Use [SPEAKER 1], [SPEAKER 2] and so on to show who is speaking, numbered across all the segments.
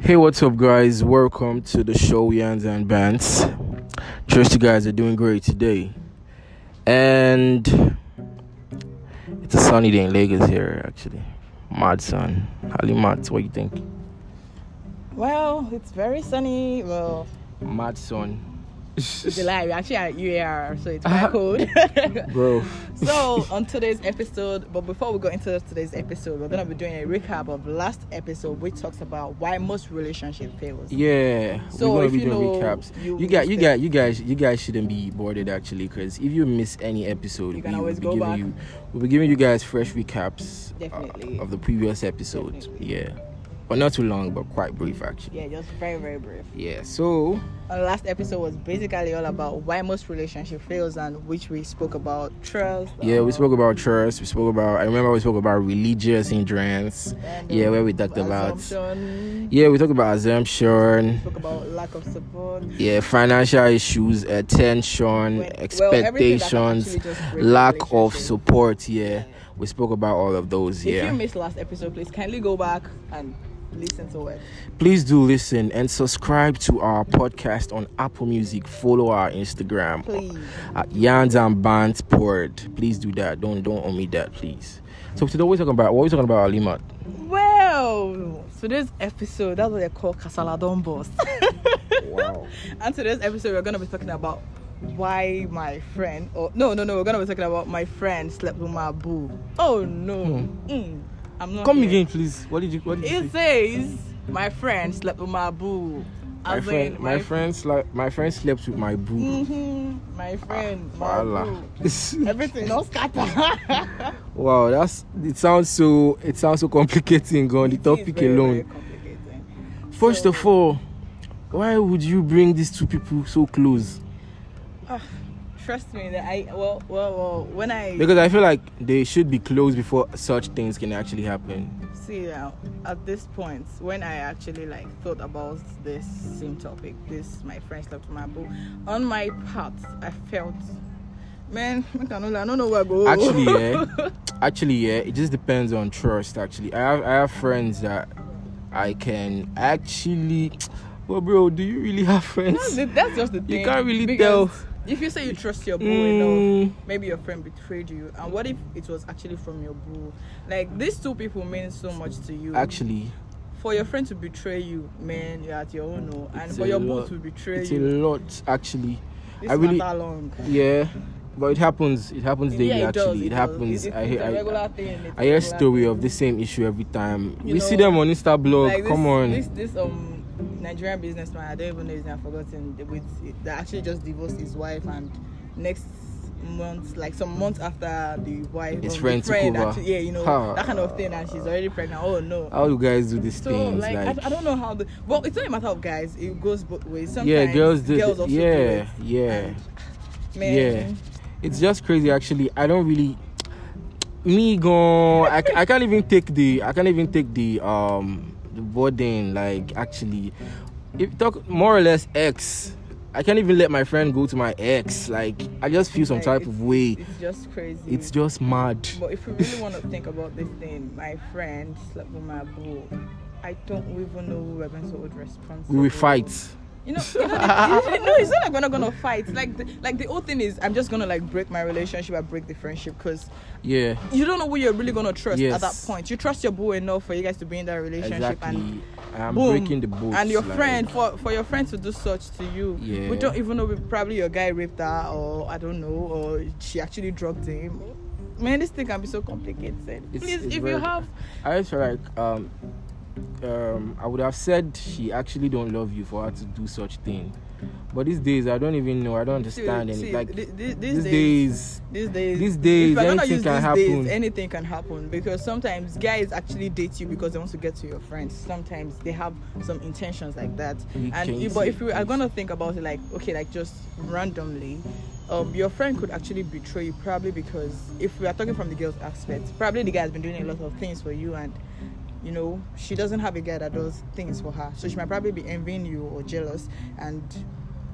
[SPEAKER 1] Hey, what's up, guys? Welcome to the show, Yans and Bands. Trust you guys are doing great today. And it's a sunny day in Lagos here, actually. Mad sun. Ali Mad, what you think?
[SPEAKER 2] Well, it's very sunny. Well,
[SPEAKER 1] Mad sun.
[SPEAKER 2] July, we actually at UAR, so it's
[SPEAKER 1] Uh-huh.
[SPEAKER 2] quite cold.
[SPEAKER 1] Bro.
[SPEAKER 2] so, on today's episode, but before we go into today's episode, we're going to be doing a recap of last episode, which talks about why most relationship fails.
[SPEAKER 1] Yeah,
[SPEAKER 2] So
[SPEAKER 1] we're gonna
[SPEAKER 2] if
[SPEAKER 1] be
[SPEAKER 2] you
[SPEAKER 1] doing
[SPEAKER 2] know
[SPEAKER 1] recaps.
[SPEAKER 2] you
[SPEAKER 1] You, got,
[SPEAKER 2] missed
[SPEAKER 1] you
[SPEAKER 2] it-
[SPEAKER 1] got, you guys, you guys shouldn't be bored actually, because if you miss any episode,
[SPEAKER 2] You can
[SPEAKER 1] we
[SPEAKER 2] always
[SPEAKER 1] will be
[SPEAKER 2] go
[SPEAKER 1] giving
[SPEAKER 2] back.
[SPEAKER 1] you, we'll be giving you guys fresh recaps uh,
[SPEAKER 2] Definitely.
[SPEAKER 1] of the previous episode.
[SPEAKER 2] Definitely.
[SPEAKER 1] Yeah, but not too long, but quite brief actually.
[SPEAKER 2] Yeah, just very, very brief.
[SPEAKER 1] Yeah, so
[SPEAKER 2] Our last episode was basically all about why most relationship fails and which we spoke about trust.
[SPEAKER 1] yeah, we
[SPEAKER 2] uh,
[SPEAKER 1] spoke about trust. We spoke about. I remember we spoke about religious hindrance.
[SPEAKER 2] and,
[SPEAKER 1] Yeah,
[SPEAKER 2] um,
[SPEAKER 1] where we talked about.
[SPEAKER 2] assumption,
[SPEAKER 1] Yeah, we talked about assumption.
[SPEAKER 2] Spoke about lack of support.
[SPEAKER 1] Yeah, financial issues, attention,
[SPEAKER 2] when- well, everything that can
[SPEAKER 1] expectations,
[SPEAKER 2] actually just break a
[SPEAKER 1] lack of
[SPEAKER 2] relationship.
[SPEAKER 1] support. Yeah,
[SPEAKER 2] Yeah.
[SPEAKER 1] we spoke about all of those.
[SPEAKER 2] If you
[SPEAKER 1] Yeah,
[SPEAKER 2] missed last episode, please kindly go back and listen to it.
[SPEAKER 1] please do listen and subscribe to our podcast on Apple Music. Follow our Instagram
[SPEAKER 2] Please.
[SPEAKER 1] at Yans and Bands Pod. Please do that. Don't don't omit that, please. So today we're talking about what we're talking about, Alimat.
[SPEAKER 2] Well, today's episode, that's what they call Kasala Don Boss.
[SPEAKER 1] Wow.
[SPEAKER 2] and today's episode, we're going to be talking about why my friend, or no, no, no, we're going to be talking about my friend slept with my boo. Oh no. Mm, I'm not.
[SPEAKER 1] Hmm. Come
[SPEAKER 2] here.
[SPEAKER 1] again, please. What did you What did you say?
[SPEAKER 2] It says, my friend slept with my boo.
[SPEAKER 1] my
[SPEAKER 2] As
[SPEAKER 1] friend,
[SPEAKER 2] in,
[SPEAKER 1] my, friend, sla- my friend slept with my boo.
[SPEAKER 2] Mhm, my friend,
[SPEAKER 1] Ah,
[SPEAKER 2] my
[SPEAKER 1] Voila.
[SPEAKER 2] boo. Everything, no scatter.
[SPEAKER 1] wow, that's it sounds so it sounds so complicating on the
[SPEAKER 2] It is
[SPEAKER 1] topic
[SPEAKER 2] very,
[SPEAKER 1] alone.
[SPEAKER 2] very complicated.
[SPEAKER 1] First of all, why would you bring these two people so close?
[SPEAKER 2] Trust me, that I well, well, well when I
[SPEAKER 1] Because I feel like they should be close before such things can actually happen.
[SPEAKER 2] see uh, at this point, when I actually like thought about this same topic, this my friend slept with my boo. On my part, I felt, man, I don't know- I don't know where I go.
[SPEAKER 1] Actually, eh. yeah, actually, yeah, it just depends on trust. Actually, I have I have friends that I can actually. Well, bro, do you really have
[SPEAKER 2] that's,
[SPEAKER 1] friends?
[SPEAKER 2] the- that's just the thing.
[SPEAKER 1] can't really
[SPEAKER 2] because
[SPEAKER 1] tell.
[SPEAKER 2] If you say you trust your boo
[SPEAKER 1] Mm.
[SPEAKER 2] enough, maybe your friend betrayed you. And what if it was actually from your boo? Like these two people mean so much to you.
[SPEAKER 1] Actually,
[SPEAKER 2] for your friend to betray you, man, you're at your own no. And
[SPEAKER 1] It's
[SPEAKER 2] for
[SPEAKER 1] a
[SPEAKER 2] your
[SPEAKER 1] lot.
[SPEAKER 2] boat to betray
[SPEAKER 1] it's a
[SPEAKER 2] you,
[SPEAKER 1] lot. Actually,
[SPEAKER 2] this
[SPEAKER 1] I really-
[SPEAKER 2] not that long.
[SPEAKER 1] Yeah, but it happens. It happens daily.
[SPEAKER 2] yeah, it
[SPEAKER 1] actually,
[SPEAKER 2] does.
[SPEAKER 1] it,
[SPEAKER 2] does.
[SPEAKER 1] happens.
[SPEAKER 2] It's,
[SPEAKER 1] I,
[SPEAKER 2] it's
[SPEAKER 1] hear-
[SPEAKER 2] a regular
[SPEAKER 1] I,
[SPEAKER 2] thing.
[SPEAKER 1] I
[SPEAKER 2] It's a
[SPEAKER 1] hear
[SPEAKER 2] regular
[SPEAKER 1] story
[SPEAKER 2] thing.
[SPEAKER 1] of the same issue every time. we
[SPEAKER 2] You know,
[SPEAKER 1] see them on Insta blog.
[SPEAKER 2] Like this,
[SPEAKER 1] Come on.
[SPEAKER 2] This this um Nigerian businessman, I don't even know his name. I've forgotten. the- With that actually just divorced his wife, and next month, like some months after the wife,
[SPEAKER 1] His
[SPEAKER 2] um, the
[SPEAKER 1] friend took over.
[SPEAKER 2] actually, yeah, you know
[SPEAKER 1] Ha.
[SPEAKER 2] that kind of thing, and she's already pregnant. Oh no.
[SPEAKER 1] How you guys do these
[SPEAKER 2] so
[SPEAKER 1] things?
[SPEAKER 2] like, I, I don't know how the well it's not a matter of guys it goes both ways sometimes
[SPEAKER 1] yeah, girls do.
[SPEAKER 2] girls also do
[SPEAKER 1] yeah,
[SPEAKER 2] it.
[SPEAKER 1] yeah,
[SPEAKER 2] And man,
[SPEAKER 1] yeah. It's just crazy. Actually, I don't really. Me go. I, I can't even take the. I can't even take the um the burden. Like actually, if talk more or less ex. I can't even let my friend go to my ex. Like I just feel some
[SPEAKER 2] like,
[SPEAKER 1] type
[SPEAKER 2] it's-
[SPEAKER 1] of way.
[SPEAKER 2] It's just crazy.
[SPEAKER 1] It's just mad.
[SPEAKER 2] but if you really want to think about this thing, my friend slept with my boo. I don't even know who we're going to hold responsible.
[SPEAKER 1] We will fight.
[SPEAKER 2] You know, you know the, no, it's not like we're not gonna fight. Like, the, like the whole thing is, I'm just gonna like break my relationship, I break the friendship, cause
[SPEAKER 1] Yeah,
[SPEAKER 2] you don't know who you're really gonna trust
[SPEAKER 1] Yes.
[SPEAKER 2] at that point. You trust your boo enough for you guys to be in that relationship, and
[SPEAKER 1] exactly. I'm
[SPEAKER 2] boom,
[SPEAKER 1] breaking the boat.
[SPEAKER 2] and your
[SPEAKER 1] like-
[SPEAKER 2] friend for for your friend to do such to you
[SPEAKER 1] Yeah.
[SPEAKER 2] we don't even know we probably your guy raped her or i don't know or she actually drugged him man this thing can be so complicated
[SPEAKER 1] It's-
[SPEAKER 2] please
[SPEAKER 1] it's
[SPEAKER 2] if you
[SPEAKER 1] very-
[SPEAKER 2] have
[SPEAKER 1] I just feel like um, um, I would have said she actually don't love you for her to do such thing. But these days, I don't even know. I don't
[SPEAKER 2] see,
[SPEAKER 1] understand any
[SPEAKER 2] see,
[SPEAKER 1] like
[SPEAKER 2] thi- thi-
[SPEAKER 1] these
[SPEAKER 2] these, days,
[SPEAKER 1] days.
[SPEAKER 2] these days
[SPEAKER 1] these days,
[SPEAKER 2] if you're gonna
[SPEAKER 1] anything
[SPEAKER 2] use
[SPEAKER 1] can
[SPEAKER 2] these
[SPEAKER 1] happen.
[SPEAKER 2] days anything can happen because sometimes guys actually date you because they want to get to your friends sometimes they have some intentions like that
[SPEAKER 1] You
[SPEAKER 2] and
[SPEAKER 1] can
[SPEAKER 2] you, but
[SPEAKER 1] see
[SPEAKER 2] if you are
[SPEAKER 1] this.
[SPEAKER 2] gonna think about it like okay like just randomly um, your friend could actually betray you probably because if we are talking from the girl's aspect probably the guy has been doing a lot of things for you and you know she doesn't have a guy that does things for her so she might probably be envying you or jealous and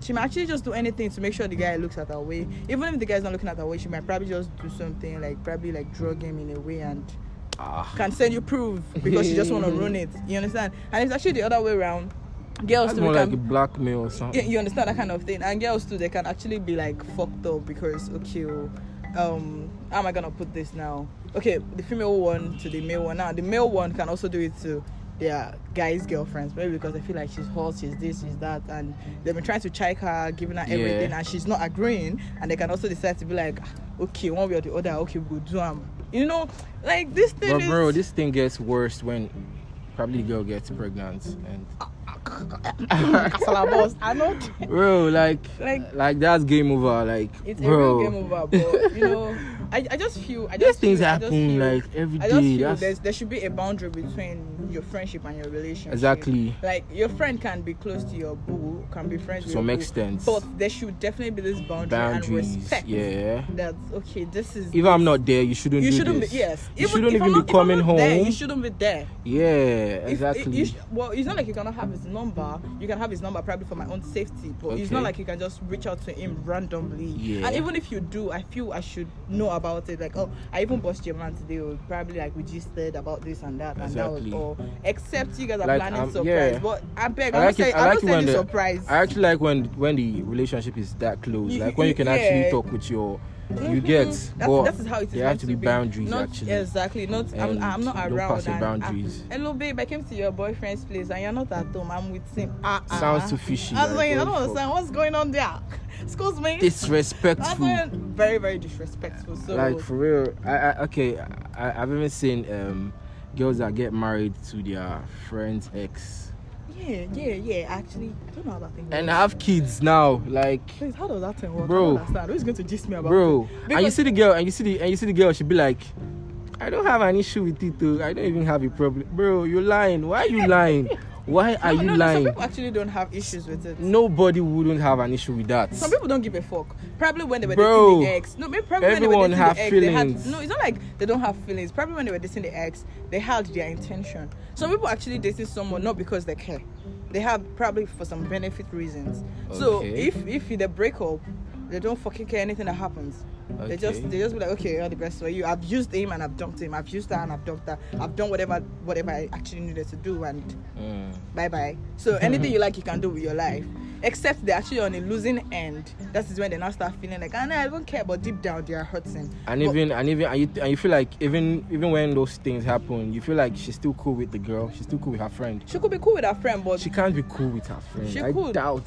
[SPEAKER 2] she might actually just do anything to make sure the guy looks at her way even if the guy's not looking at her way she might probably just do something like probably like drug him in a way and
[SPEAKER 1] Ah.
[SPEAKER 2] can send you proof because she just want to run it. You understand? And it's actually the other way around. Girls
[SPEAKER 1] That's
[SPEAKER 2] too
[SPEAKER 1] more
[SPEAKER 2] can,
[SPEAKER 1] like a blackmail or something.
[SPEAKER 2] you, you understand that kind of thing. And girls too, they can actually be like fucked up because okay, oh, um, how am I gonna put this now? Okay, the female one to the male one. Now the male one can also do it to their guys' girlfriends, maybe because they feel like she's hot, she's this, she's that, and they've been trying to check her, giving her
[SPEAKER 1] Yeah.
[SPEAKER 2] everything, and she's not agreeing. And they can also decide to be like, "Ah, okay, one way or the other, okay, we'll do them. You know, like this thing
[SPEAKER 1] But
[SPEAKER 2] is.
[SPEAKER 1] bro, this thing gets worse when probably the girl gets pregnant and
[SPEAKER 2] Kasala boss. I know.
[SPEAKER 1] bro, like
[SPEAKER 2] Like-
[SPEAKER 1] like, that's game over. Like
[SPEAKER 2] It's
[SPEAKER 1] bro,
[SPEAKER 2] a real game over, but you know, I, I just feel I
[SPEAKER 1] these
[SPEAKER 2] just
[SPEAKER 1] things
[SPEAKER 2] feel, I just
[SPEAKER 1] happen
[SPEAKER 2] feel-
[SPEAKER 1] like every
[SPEAKER 2] I just
[SPEAKER 1] day.
[SPEAKER 2] feel
[SPEAKER 1] That's
[SPEAKER 2] there's, there should be a boundary between your friendship and your relationship.
[SPEAKER 1] exactly
[SPEAKER 2] Like your friend can be close to your boo, can be friends
[SPEAKER 1] to
[SPEAKER 2] with your
[SPEAKER 1] some
[SPEAKER 2] boo,
[SPEAKER 1] extent.
[SPEAKER 2] but there should definitely be this boundary and
[SPEAKER 1] Boundaries,
[SPEAKER 2] respect.
[SPEAKER 1] yeah.
[SPEAKER 2] That okay, this is
[SPEAKER 1] If I'm not there, you shouldn't.
[SPEAKER 2] you
[SPEAKER 1] do
[SPEAKER 2] shouldn't
[SPEAKER 1] this.
[SPEAKER 2] be yes.
[SPEAKER 1] You shouldn't
[SPEAKER 2] if I'm
[SPEAKER 1] even
[SPEAKER 2] not,
[SPEAKER 1] be coming
[SPEAKER 2] if I'm not There, you
[SPEAKER 1] home.
[SPEAKER 2] shouldn't be there.
[SPEAKER 1] Yeah,
[SPEAKER 2] If- if
[SPEAKER 1] exactly.
[SPEAKER 2] you sh- well, it's not like you cannot have his number. You can have his number probably for my own safety, but it's not
[SPEAKER 1] Okay.
[SPEAKER 2] like you can just reach out to him randomly.
[SPEAKER 1] Yeah.
[SPEAKER 2] And even if you do, I feel I should know about it. Like, oh, I even bust your man today. Or probably like we gisted about this and that, and
[SPEAKER 1] Exactly.
[SPEAKER 2] that was all. Except you guys are
[SPEAKER 1] Like,
[SPEAKER 2] planning
[SPEAKER 1] um,
[SPEAKER 2] surprise.
[SPEAKER 1] yeah.
[SPEAKER 2] But I beg,
[SPEAKER 1] I
[SPEAKER 2] I'm
[SPEAKER 1] like
[SPEAKER 2] not
[SPEAKER 1] it-
[SPEAKER 2] saying
[SPEAKER 1] I
[SPEAKER 2] I'm
[SPEAKER 1] like
[SPEAKER 2] not
[SPEAKER 1] it
[SPEAKER 2] saying
[SPEAKER 1] when
[SPEAKER 2] the
[SPEAKER 1] the-
[SPEAKER 2] surprise.
[SPEAKER 1] I actually like when when the relationship is that close,
[SPEAKER 2] You-
[SPEAKER 1] like when you can
[SPEAKER 2] yeah.
[SPEAKER 1] actually talk with your you
[SPEAKER 2] Mhm.
[SPEAKER 1] get,
[SPEAKER 2] That's-
[SPEAKER 1] but
[SPEAKER 2] that's how it is
[SPEAKER 1] there have
[SPEAKER 2] meant
[SPEAKER 1] to be, boundaries
[SPEAKER 2] Not-
[SPEAKER 1] actually.
[SPEAKER 2] Exactly. Not I'm,
[SPEAKER 1] And
[SPEAKER 2] I'm not
[SPEAKER 1] you don't
[SPEAKER 2] around.
[SPEAKER 1] pass your
[SPEAKER 2] and, ah,
[SPEAKER 1] boundaries.
[SPEAKER 2] Hello, babe. I came to your boyfriend's place and you're not at home. I'm with him. Ah, ah,
[SPEAKER 1] Sounds
[SPEAKER 2] ah.
[SPEAKER 1] too fishy,
[SPEAKER 2] I was
[SPEAKER 1] like,
[SPEAKER 2] like,
[SPEAKER 1] what
[SPEAKER 2] I don't
[SPEAKER 1] the fuck?
[SPEAKER 2] understand what's going on there. Excuse me. I was
[SPEAKER 1] Disrespectful.
[SPEAKER 2] like, very very disrespectful. So
[SPEAKER 1] like for real i, I okay I, i've even seen um girls that get married to their friend's ex
[SPEAKER 2] yeah, yeah, yeah. Actually, I don't know how that thing.
[SPEAKER 1] and
[SPEAKER 2] works.
[SPEAKER 1] have kids now like
[SPEAKER 2] Please, how does that thing work? I
[SPEAKER 1] Bro.
[SPEAKER 2] don't understand. Who's going to gist me about?
[SPEAKER 1] bro and you
[SPEAKER 2] Because-
[SPEAKER 1] see the girl and you see the and you see the girl she be like i don't have an issue with it though i don't even have a problem bro you're lying why are you lying why
[SPEAKER 2] No,
[SPEAKER 1] are you
[SPEAKER 2] no, no, Some
[SPEAKER 1] lying
[SPEAKER 2] people actually don't have issues with it.
[SPEAKER 1] nobody wouldn't have an issue with that
[SPEAKER 2] Some people don't give a fuck. Probably when they were
[SPEAKER 1] Bro,
[SPEAKER 2] dating the ex. No, maybe probably
[SPEAKER 1] everyone
[SPEAKER 2] when they were dating
[SPEAKER 1] have
[SPEAKER 2] the ex,
[SPEAKER 1] feelings.
[SPEAKER 2] they had. No, it's not like they don't have feelings. Probably when they were dating the ex, they had their intention. Some people actually dating someone not because they care. They have probably for some benefit reasons. So
[SPEAKER 1] Okay.
[SPEAKER 2] if if they break up, they don't fucking care anything that happens. They just
[SPEAKER 1] Okay.
[SPEAKER 2] they just be like, okay, you're the best for you. I've used him and I've dumped him. I've used her and I've dumped her. I've done whatever whatever I actually needed to do and
[SPEAKER 1] Mm.
[SPEAKER 2] bye bye. So anything you like, you can do with your life. Except they're actually on a losing end. That is when they now start feeling like, ah, nah, I don't care, but deep down they are hurting.
[SPEAKER 1] and
[SPEAKER 2] But-
[SPEAKER 1] even and even and you, and you feel like even even when those things happen you feel like she's still cool with the girl she's still cool with her friend
[SPEAKER 2] she could be cool with her friend, but
[SPEAKER 1] she
[SPEAKER 2] she,
[SPEAKER 1] can't be cool with her friend.
[SPEAKER 2] She
[SPEAKER 1] I
[SPEAKER 2] could.
[SPEAKER 1] doubt.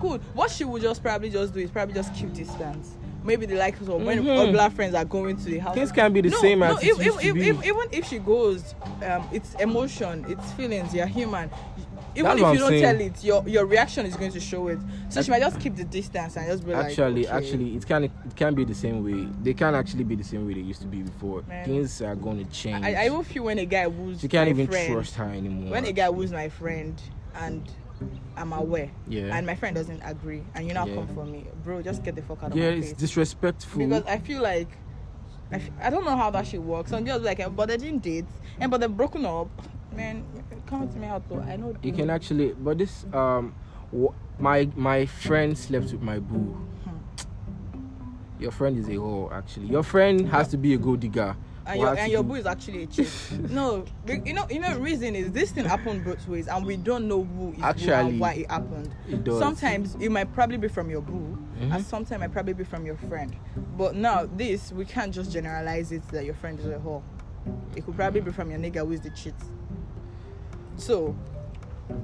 [SPEAKER 2] could. What she would just probably just do is probably just keep distance. Maybe the likes of when
[SPEAKER 1] Mhm.
[SPEAKER 2] black friends are going to the house.
[SPEAKER 1] Things can be the same as it
[SPEAKER 2] if,
[SPEAKER 1] used
[SPEAKER 2] if,
[SPEAKER 1] to
[SPEAKER 2] if,
[SPEAKER 1] be.
[SPEAKER 2] if- even if she goes, um, it's emotion, it's feelings. You're human. Even
[SPEAKER 1] That's
[SPEAKER 2] if
[SPEAKER 1] what
[SPEAKER 2] you
[SPEAKER 1] I'm
[SPEAKER 2] don't
[SPEAKER 1] saying.
[SPEAKER 2] tell it, your your reaction is going to show it. So she
[SPEAKER 1] Ac-
[SPEAKER 2] might just keep the distance and just be like,
[SPEAKER 1] actually,
[SPEAKER 2] okay.
[SPEAKER 1] actually, it can it can be the same way. They can actually be the same way they used to be before.
[SPEAKER 2] Man.
[SPEAKER 1] Things are gonna change.
[SPEAKER 2] I, I even feel when a guy woos
[SPEAKER 1] she can't
[SPEAKER 2] my
[SPEAKER 1] even
[SPEAKER 2] friend,
[SPEAKER 1] trust her anymore.
[SPEAKER 2] when a guy woos my friend and I'm aware
[SPEAKER 1] yeah,
[SPEAKER 2] and my friend doesn't agree and you now
[SPEAKER 1] Yeah.
[SPEAKER 2] come for me, bro, just get the fuck out of
[SPEAKER 1] yeah,
[SPEAKER 2] my
[SPEAKER 1] it's
[SPEAKER 2] face.
[SPEAKER 1] disrespectful.
[SPEAKER 2] because I feel like I, f- I don't know how that shit works. Some girls be like, "Eh, but they didn't date and but they're broken up. Man, come to me out though. I know
[SPEAKER 1] you can actually, but this um, wh- my my friend slept with my boo. Your friend is a whore, actually. Your friend has to be a gold digger.
[SPEAKER 2] and
[SPEAKER 1] Or
[SPEAKER 2] your
[SPEAKER 1] has
[SPEAKER 2] and
[SPEAKER 1] to
[SPEAKER 2] your
[SPEAKER 1] do-
[SPEAKER 2] boo is actually a chick. no, be- you know you know reason is this thing happened both ways and we don't know who is who and
[SPEAKER 1] Actually,
[SPEAKER 2] why it happened.
[SPEAKER 1] It does.
[SPEAKER 2] Sometimes it might probably be from your boo,
[SPEAKER 1] Mhm.
[SPEAKER 2] and sometimes it might probably be from your friend. But now this, we can't just generalize it that your friend is a whore. It could probably be from your nigga who is the cheat. So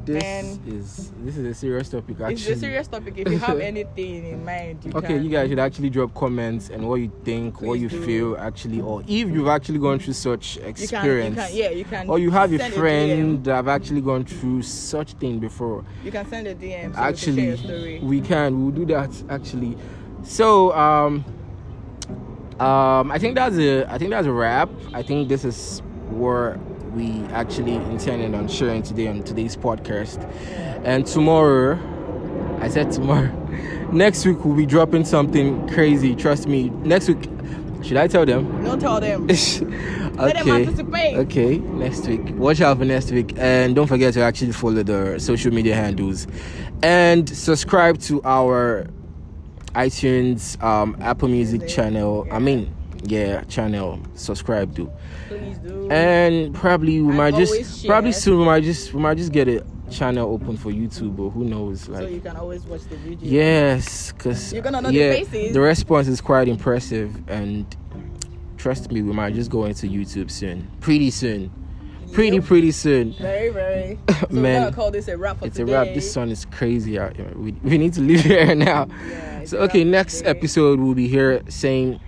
[SPEAKER 1] this
[SPEAKER 2] man,
[SPEAKER 1] is this is a serious topic. Actually,
[SPEAKER 2] it's a serious topic. If you have anything in mind, you
[SPEAKER 1] okay
[SPEAKER 2] can.
[SPEAKER 1] you guys should actually drop comments and what you think what
[SPEAKER 2] Please
[SPEAKER 1] you
[SPEAKER 2] do.
[SPEAKER 1] feel actually or if you've actually gone through such
[SPEAKER 2] you can, you
[SPEAKER 1] experience
[SPEAKER 2] can, yeah, you can.
[SPEAKER 1] or you have a
[SPEAKER 2] send
[SPEAKER 1] friend that have actually gone through such thing before
[SPEAKER 2] DM. You can send a DM. So
[SPEAKER 1] actually
[SPEAKER 2] we can share your story.
[SPEAKER 1] we can we'll do that actually so um um i think that's a i think that's a wrap i think this is where we actually intended on sharing today on today's podcast and tomorrow i said tomorrow next week we'll be dropping something crazy trust me next week should i tell them
[SPEAKER 2] Don't tell them. them
[SPEAKER 1] okay.
[SPEAKER 2] anticipate.
[SPEAKER 1] Okay, next week. Watch out for next week. And don't forget to actually follow the social media handles. And subscribe to our iTunes, um, Apple Music
[SPEAKER 2] Music.
[SPEAKER 1] channel.
[SPEAKER 2] Yeah.
[SPEAKER 1] I mean, yeah channel subscribe to
[SPEAKER 2] Please do.
[SPEAKER 1] Eh, and probably we
[SPEAKER 2] And
[SPEAKER 1] might
[SPEAKER 2] always
[SPEAKER 1] just
[SPEAKER 2] share.
[SPEAKER 1] probably soon we might just we might just get a channel open for youtube or who knows
[SPEAKER 2] so you
[SPEAKER 1] like
[SPEAKER 2] can always watch the video.
[SPEAKER 1] yes because
[SPEAKER 2] You're gonna know the
[SPEAKER 1] yeah
[SPEAKER 2] faces.
[SPEAKER 1] the response is quite impressive and trust me we might just go into youtube soon pretty soon pretty
[SPEAKER 2] Yep.
[SPEAKER 1] pretty soon
[SPEAKER 2] Very, very. So we're
[SPEAKER 1] Man,
[SPEAKER 2] gonna call this a wrap for
[SPEAKER 1] it's
[SPEAKER 2] today.
[SPEAKER 1] a wrap this song is crazy out here. we, we need to leave here now
[SPEAKER 2] Yeah, it's
[SPEAKER 1] so
[SPEAKER 2] a wrap
[SPEAKER 1] okay
[SPEAKER 2] for
[SPEAKER 1] next
[SPEAKER 2] today.
[SPEAKER 1] episode we'll be here same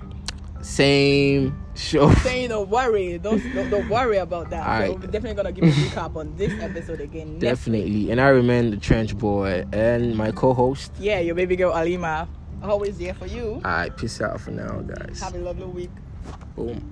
[SPEAKER 1] same show
[SPEAKER 2] Saying don't worry, don't, don't don't worry about that.
[SPEAKER 1] All
[SPEAKER 2] So
[SPEAKER 1] right.
[SPEAKER 2] we're definitely gonna give a recap on this episode again. Next
[SPEAKER 1] Definitely. And I remain the trench boy and my co host.
[SPEAKER 2] Yeah, your baby girl Alima. Always there for you.
[SPEAKER 1] I peace out for now, guys.
[SPEAKER 2] Have a lovely week.
[SPEAKER 1] Boom.